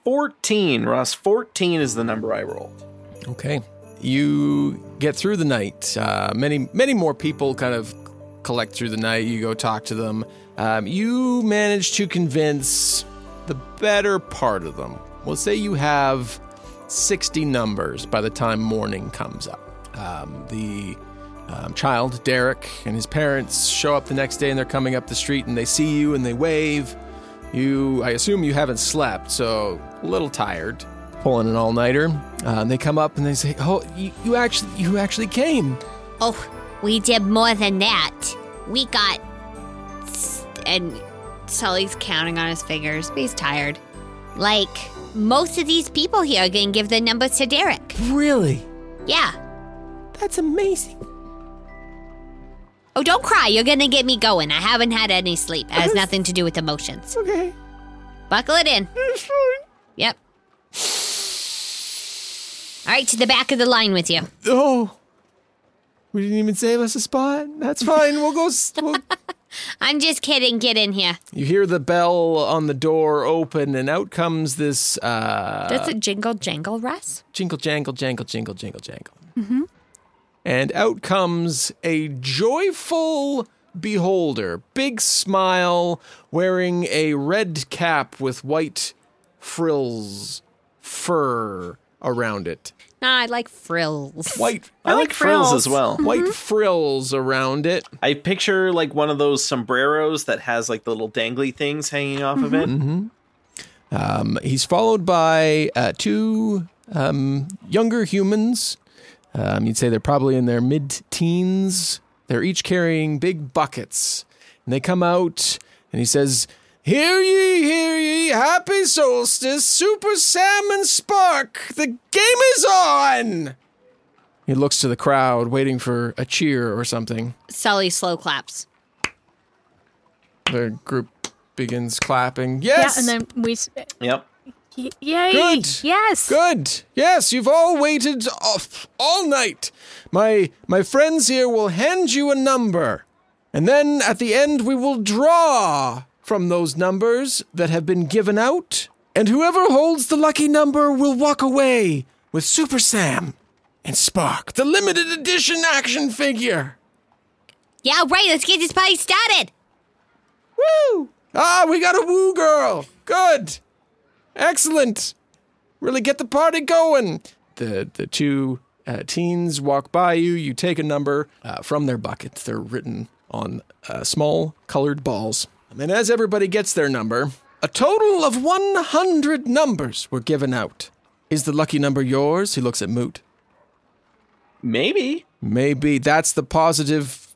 D: 14, Ross. 14 is the number I rolled.
C: Okay. You get through the night. Uh, many, many more people kind of collect through the night. You go talk to them. Um, you manage to convince the better part of them. We'll say you have 60 numbers by the time morning comes up. Um, the um, child, Derek, and his parents show up the next day and they're coming up the street and they see you and they wave. You, I assume you haven't slept, so a little tired. Pulling an all-nighter, uh, and they come up and they say, "Oh, you, you actually, you actually came."
F: oh, we did more than that. We got
H: And Sully's counting on his fingers, but he's tired.
F: like most of these people here are gonna give their numbers to Derek.
C: Really?
F: Yeah.
C: That's amazing.
F: Oh, don't cry. You're gonna get me going. I haven't had any sleep. It has nothing to do with emotions. Okay. Buckle it in. Yep. All right, to the back of the line with you.
C: Oh, we didn't even save us a spot. That's fine. We'll go. s- <laughs> We'll...
F: I'm just kidding. Get in here.
C: you hear the bell on the door open, and out comes this uh,
H: Does it jingle jangle, Russ?
C: jingle, jangle, jangle, jingle, jingle, jangle. Mm-hmm. And out comes a joyful beholder, big smile, wearing a red cap with white frills, fur around it.
H: Nah, I like frills.
C: White,
D: I, like, frills. as well.
C: <laughs> white frills around it.
D: I picture
C: Mm-hmm.
D: like one of those sombreros that has like the little dangly things hanging off of it.
C: Um, he's followed by uh, two um, younger humans. Um, you'd say they're probably in their mid teens. They're each carrying big buckets. And they come out, and he says, Hear ye, hear ye, happy solstice, Super Salmon Spark, the game is on! He looks to the crowd, waiting for a cheer or something.
F: Sully slow claps.
C: The group begins clapping.
E: Yeah,
C: Yes!
E: and then we. s-
D: Yep.
E: y- Yay!
C: Good.
E: Yes.
C: Good. Yes, you've all waited off all night. My my friends here will hand you a number, and then at the end we will draw from those numbers that have been given out, and whoever holds the lucky number will walk away with Super Sam and Spark, the limited edition action figure.
I: Yeah, right. Let's get this party started.
C: Woo! Ah, we got a woo girl. Good. Excellent. Really get the party going. The the two uh, teens walk by you. You take a number uh, from their buckets. They're written on uh, small colored balls. And as everybody gets their number, a total of 100 numbers were given out. Is the lucky number yours? He looks at Moot.
D: Maybe.
C: Maybe that's the positive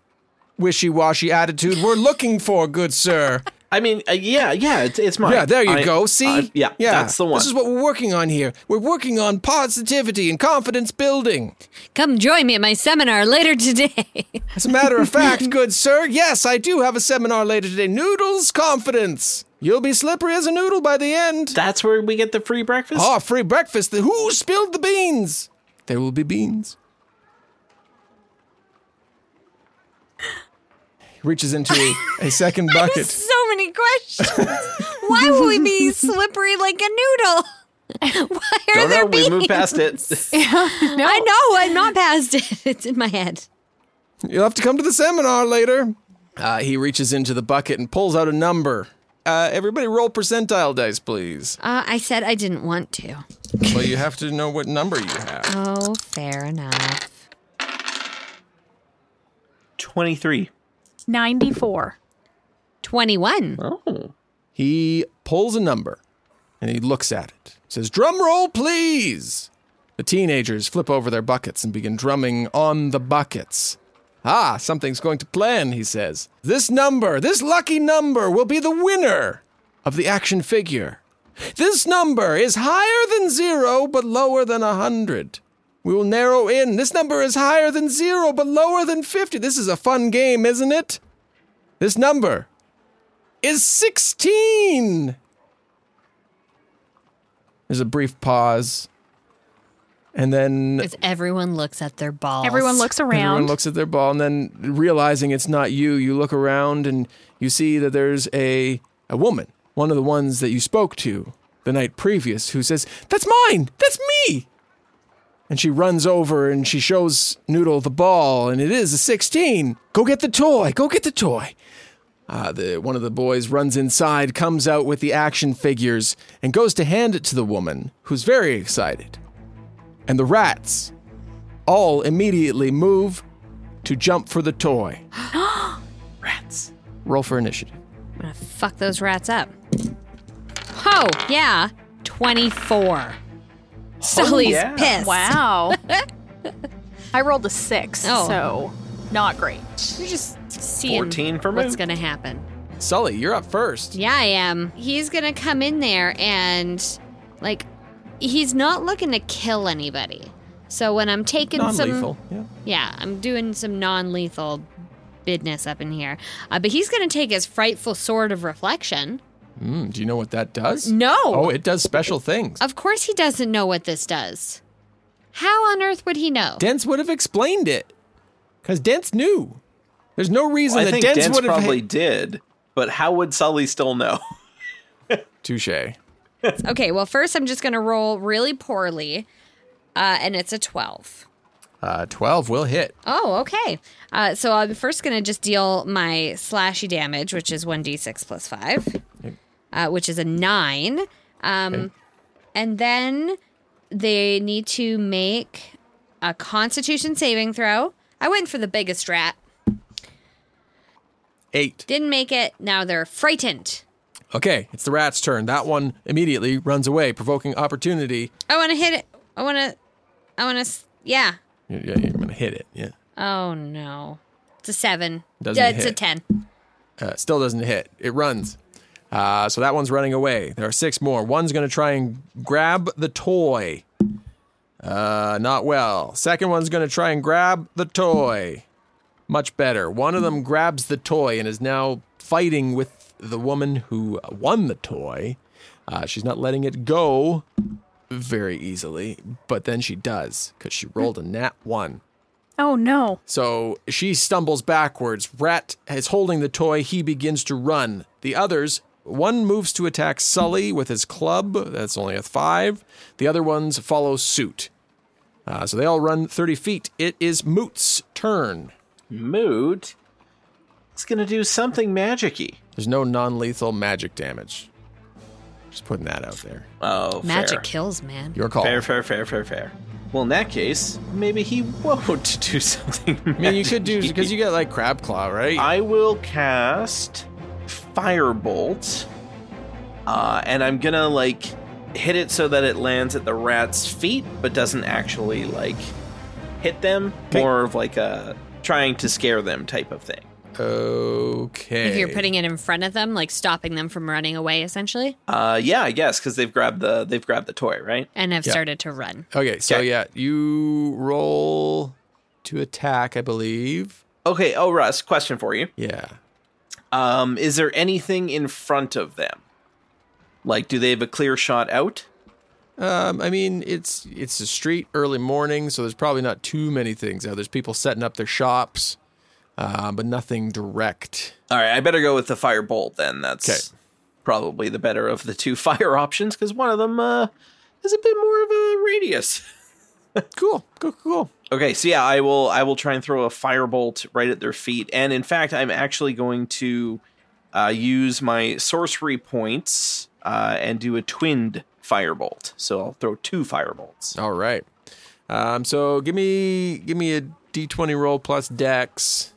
C: wishy washy attitude we're looking for, good sir.
D: I mean, uh, yeah, yeah, it's, it's mine.
C: Yeah, there you
D: I-
C: go. See?
D: I- yeah,
C: yeah,
D: that's the one.
C: This is what we're working on here. We're working on positivity and confidence building.
F: Come join me at my seminar later today.
C: As a matter of
D: <laughs>
C: fact, good sir, yes, I do have a seminar later today. Noodles confidence. You'll be slippery as a noodle by the end.
D: that's where we get the free breakfast.
C: Ah, free breakfast. Who spilled the beans? There will be
D: <laughs>
C: beans. He reaches into a, a
D: <laughs>
C: second bucket.
F: so many questions. <laughs> Why would we be slippery like a noodle? <laughs> Why are
D: Don't
F: there
D: know, we moved
F: beans? <laughs>
D: past <laughs> it.
F: I know, I'm not past it. <laughs> It's in my head.
C: You'll have to come to the seminar later. Uh, he reaches into the bucket and pulls out a number. Uh, everybody roll percentile dice, please.
F: Uh, I said I didn't want to.
C: well, you have to know what number you have.
F: Oh, fair enough.
D: 23.
E: 94.
F: 21.
D: Oh.
C: He pulls a number and he looks at it. Says, drum roll, please. The teenagers flip over their buckets and begin drumming on the buckets. Ah, something's going to plan, he says. This number, this lucky number, will be the winner of the action figure. This number is higher than zero, but lower than a hundred. We will narrow in. This number is higher than zero, but lower than 50. This is a fun game, isn't it? This number is 16. There's a brief pause. And then
F: Because everyone looks at their balls.
E: Everyone looks around.
C: Everyone looks at their ball, and then realizing it's not you, you look around and you see that there's a a woman, one of the ones that you spoke to the night previous, who says, "That's mine. That's me." And she runs over and she shows Noodle the ball, and it is a sixteen. Go get the toy. Go get the toy. Uh, the one of the boys runs inside, comes out with the action figures, and goes to hand it to the woman, who's very excited. And the rats all immediately move to jump for the
F: <gasps>
C: toy. Rats. Roll for initiative.
F: I'm going to fuck those rats up. Oh, yeah. 24. Sully's
D: Oh, yeah.
F: pissed.
E: Wow. I rolled a six,
F: Oh.
E: so not great.
F: You're just seeing
D: 14 for
F: what's
D: Moot.
F: going to happen.
C: Sully, you're up first.
F: Yeah, I am. He's gonna come in there and like he's not looking to kill anybody. So when I'm taking
C: Non-lethal.
F: some
C: Yeah.
F: Yeah, I'm doing some non-lethal business up in here. Uh, but he's gonna take his frightful sword of reflection.
C: Mm, do you know what that does?
F: No.
C: Oh, it does special things.
F: Of course he doesn't know what this does. How on earth would he know?
C: Dents would have explained it, because Dents knew. There's no reason
D: I
C: that
D: think
C: Dents,
D: Dents
C: would have.
D: probably did, but how would Sully still know? <laughs>
C: Touche.
F: okay, well first I'm just gonna roll really poorly. Uh, and it's a 12.
C: Uh, Twelve will hit.
F: Oh, okay. Uh, so I'm first going to just deal my slashy damage, which is 1d6 plus 5, uh, which is a 9. Um, And then they need to make a constitution saving throw. I went for the biggest rat.
C: Eight.
F: Didn't make it. Now they're frightened.
C: Okay, it's the rat's turn. That one immediately runs away, provoking opportunity.
F: I want to hit it. I want to. I want to. Yeah.
C: Yeah, yeah, you're gonna hit it. Yeah,
F: Oh no. It's a seven.
C: Doesn't
F: Uh, it's a
C: hit.
F: ten.
C: uh, still doesn't hit. It runs. Uh, so that one's running away. There are six more. One's gonna try and grab the toy. Uh, not well. Second one's gonna try and grab the toy. Much better. One of them grabs the toy and is now fighting with the woman who won the toy. Uh, she's not letting it go very easily, but then she does because she rolled a nat one.
E: Oh no.
C: So she stumbles backwards. Rat is holding the toy. He begins to run. The others, one moves to attack Sully with his club. That's only a five. The other ones follow suit. Uh, so they all run 30 feet. It is Moot's turn.
D: Moot. It's gonna do something magicy.
C: There's no non lethal magic damage. Just putting that out there.
D: Oh,
F: Magic
D: fair.
F: kills, man.
C: Your call.
D: Fair, fair, fair, fair, fair. Well, in that case, maybe he <laughs> won't do something.
C: I mean, you could do because you get like crab claw, right?
D: I will cast Firebolt. Uh, and I'm gonna, like, hit it so that it lands at the rat's feet, but doesn't actually, like, hit them.
C: Okay.
D: More of like a trying to scare them type of thing.
C: okay.
F: If you're putting it in front of them, like stopping them from running away, essentially,
D: Uh, yeah, I guess because they've grabbed the they've grabbed the toy, right?
F: and have
C: Yeah.
F: started to run.
C: Okay, so
D: Okay.
C: yeah, you roll to attack, I believe.
D: Okay. Oh, Russ, question for you.
C: Yeah.
D: Um, is there anything in front of them? Like, do they have a clear shot out?
C: Um, I mean, it's it's a street early morning, so there's probably not too many things out. There's people setting up their shops, uh, but nothing direct.
D: All right, I better go with the firebolt then. That's
C: 'Kay.
D: probably the better of the two <laughs> fire options because one of them uh, is a bit more of a radius.
C: Cool, cool, cool.
D: Okay, so yeah, I will I will try and throw a firebolt right at their feet, and in fact, I'm actually going to uh, use my sorcery points uh, and do a twinned firebolt. So I'll throw two firebolts.
C: All right. Um, so give me give me a d20 roll plus dex,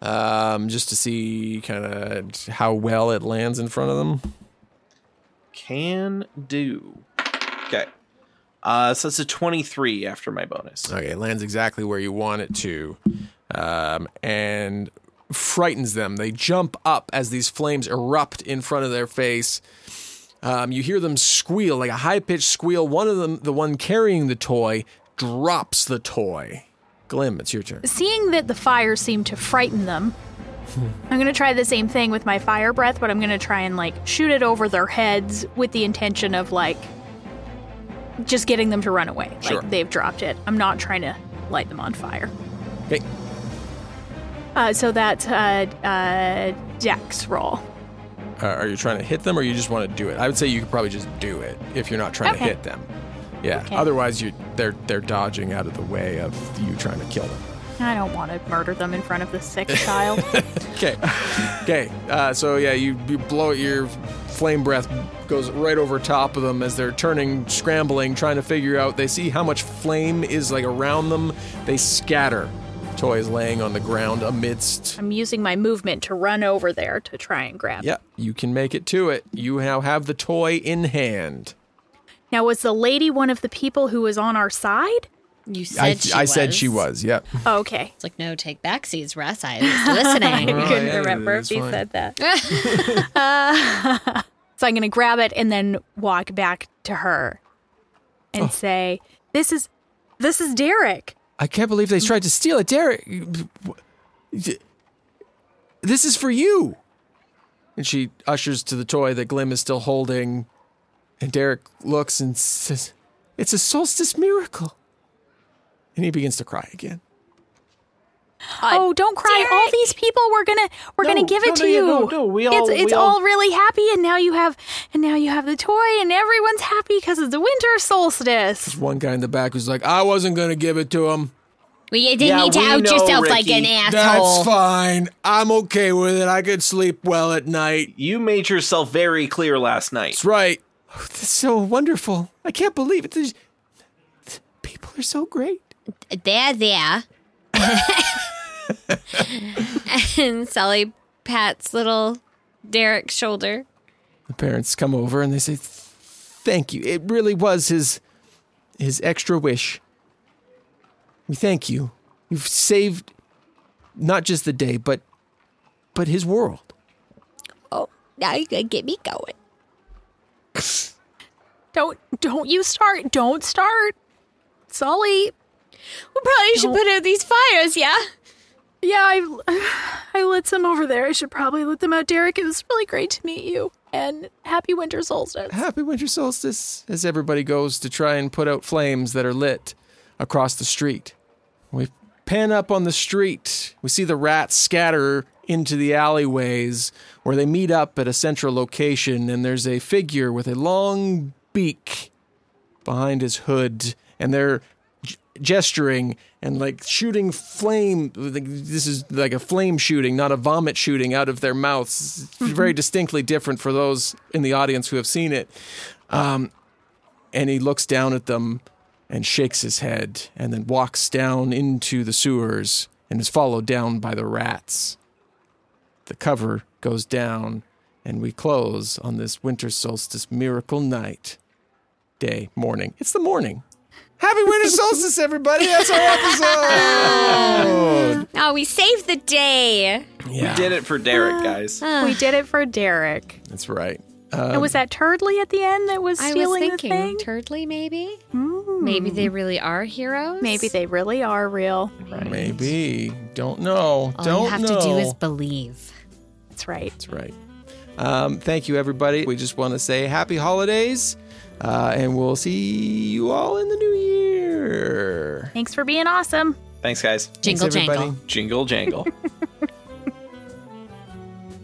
C: um, just to see kind of how well it lands in front of them.
D: Can do. Okay, uh, so it's a 23 after my bonus.
C: Okay, it lands exactly where you want it to, um, and frightens them. They jump up as these flames erupt in front of their face. Um, you hear them squeal like a high pitched squeal. One of them, the one carrying the toy, drops the toy. Glim, it's your turn.
E: Seeing that the fire seemed to frighten them,
C: Hmm.
E: I'm going to try the same thing with my fire breath, but I'm going to try and like shoot it over their heads with the intention of like just getting them to run away.
C: Sure.
E: Like they've dropped it. I'm not trying to light them on fire.
C: Okay,
E: Uh, so that's uh, uh, Dex roll.
C: uh, are you trying to hit them, or you just want to do it? I would say you could probably just do it if you're not trying
E: Okay.
C: to hit them. Yeah.
E: Okay.
C: Otherwise, you they're they're dodging out of the way of you trying to kill them.
E: I don't want to murder them in front of
C: <laughs>
E: the sick child.
C: Okay. Okay. Uh, so yeah, you, you blow it. Your flame breath goes right over top of them as they're turning, scrambling, trying to figure out. They see how much flame is like around them. They scatter. Toy is laying on the ground amidst.
E: I'm using my movement to run over there to try and grab.
C: Yep, you can make it to it. You now have the toy in hand.
E: Now, was the lady one of the people who was on our side?
F: You said
C: I,
F: she
C: I
F: was.
C: said she was. Yep.
E: Oh, okay.
F: It's like no take backsies, Russ. I was listening.
C: <laughs>
F: <laughs>
E: I
C: Oh,
E: couldn't
C: yeah,
E: remember
C: that's
E: if he
C: fine.
E: said that. Uh, <laughs> so I'm going to grab it and then walk back to her
D: Oh.
E: and say, "This is this is Derek.
C: I can't believe they tried to steal it, Derek. This is for you. And she ushers to the toy that Glim is still holding, and Derek looks and says, "It's a solstice miracle." And he begins to cry again.
E: oh, don't cry. All these people we're going to we're going
D: No,
E: to give
D: no,
E: it
D: no,
E: to
D: yeah,
E: you.
D: no, no, we all-
E: it's it's
D: we all-
E: all really happy and now you have and now you have the toy and everyone's happy cuz it's the winter solstice.
C: One guy in the back was like, "I wasn't going to give it to him.
J: Well, you didn't
D: Yeah,
J: need to
D: we
J: out
D: know,
J: yourself like
D: Ricky.
J: an
C: That's
J: asshole.
C: fine. I'm okay with it. I could sleep well at night."
D: You made yourself very clear last night.
C: That's right. Oh, this is so wonderful. I can't believe it. These- People are so great.
J: There, there.
F: <laughs> and Sally pats little Derek's shoulder
C: The parents come over and they say, "Thank you. It really was his his extra wish. We thank you. You've saved not just the day, but but his world."
F: Oh, now you're going to get me going.
A: Don't don't you start. Don't start. Sully.
H: We probably should put out these fires, yeah?
A: Yeah, I <sighs> I lit some over there. I should probably let them out, Derek. It was really great to meet you. And happy winter solstice.
C: Happy winter solstice as everybody goes to try and put out flames that are lit across the street. We pan up on the street. We see the rats scatter into the alleyways where they meet up at a central location, and there's a figure with a long beak behind his hood, and they're g- gesturing and like shooting flame. like, This is like a flame shooting, not a vomit shooting out of their mouths. It's very distinctly different for those in the audience who have seen it. Um, and he looks down at them and shakes his head and then walks down into the sewers and is followed down by the rats. The cover goes down and we close on this winter solstice miracle night. Day, morning. It's the morning. Happy winter solstice, everybody. That's our episode.
F: Oh, we saved the day.
D: We did it for Derek, guys.
A: we did it for Derek.
C: That's right.
A: and was that Turdley at the end that was
H: I was
A: stealing the
H: thinking,
A: thing? Hmm.
H: Turdley, maybe? Maybe they really are heroes?
A: Maybe they really are real.
C: Maybe. Don't know.
H: All
C: Don't
H: you have
C: know.
H: to do is believe.
A: That's right.
C: That's right. Um, thank you, everybody. We just want to say happy holidays, uh, and we'll see you all in the new year.
A: Thanks for being awesome.
D: Thanks, guys.
H: Jingle
C: Thanks, everybody.
H: jangle.
D: Jingle jangle.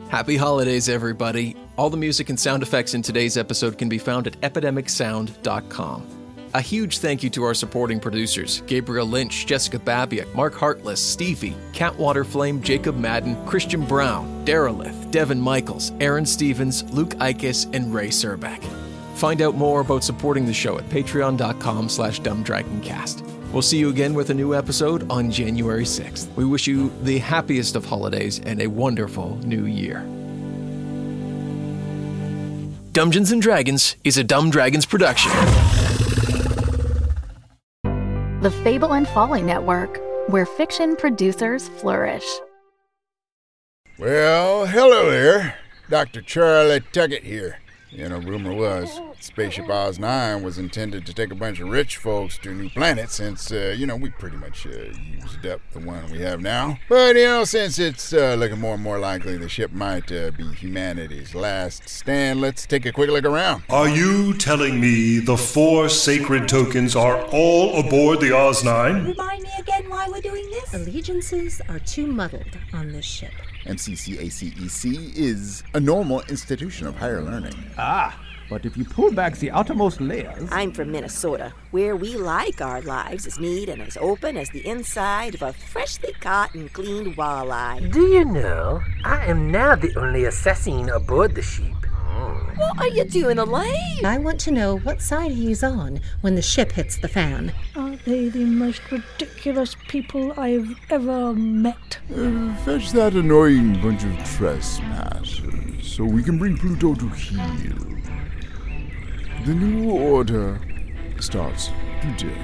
C: Happy holidays, everybody. All the music and sound effects in today's episode can be found at epidemicsound.com. A huge thank you to our supporting producers Gabriel Lynch, Jessica Babiak, Mark Hartless, Stevie, Catwater Flame, Jacob Madden, Christian Brown, Derelith, Devin Michaels, Aaron Stevens, Luke Ikes, and Ray Serback. Find out more about supporting the show at patreon.com slash dumbdragoncast. We'll see you again with a new episode on January 6th. We wish you the happiest of holidays and a wonderful new year. Dungeons and Dragons is a Dumb Dragons production.
K: The Fable and Folly Network, where fiction producers flourish.
E: Well, hello there. Dr. Charlie Tuckett here. You know, rumor was Spaceship Oz 9 was intended to take a bunch of rich folks to a new planet since, uh, you know, we pretty much uh, used up the one we have now. But, you know, since it's uh, looking more and more likely the ship might uh, be humanity's last stand, let's take a quick look around.
L: Are you telling me the four sacred tokens are all aboard the Oz 9?
M: Remind me again why we're doing this? Allegiances are too muddled on this ship.
E: MCCACEC is a normal institution of higher learning.
N: But if you pull back the outermost layers,
M: I'm from Minnesota, where we like our lives as neat and as open as the inside of a freshly caught and cleaned walleye.
N: Do you know, I am now the only assassin aboard the ship.
M: What are you doing, Elaine?
O: I want to know what side he's on when the ship hits the fan.
P: Are they the most ridiculous people I've ever met?
E: Uh, fetch that annoying bunch of trespassers so we can bring Pluto to heel. The new order starts today.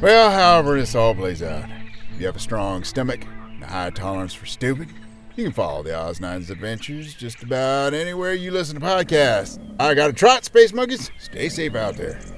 E: Well, however, this all plays out. If you have a strong stomach and a high tolerance for stupid, you can follow the Oz Nine's adventures just about anywhere you listen to podcasts. I got a trot, Space Monkeys. Stay safe out there.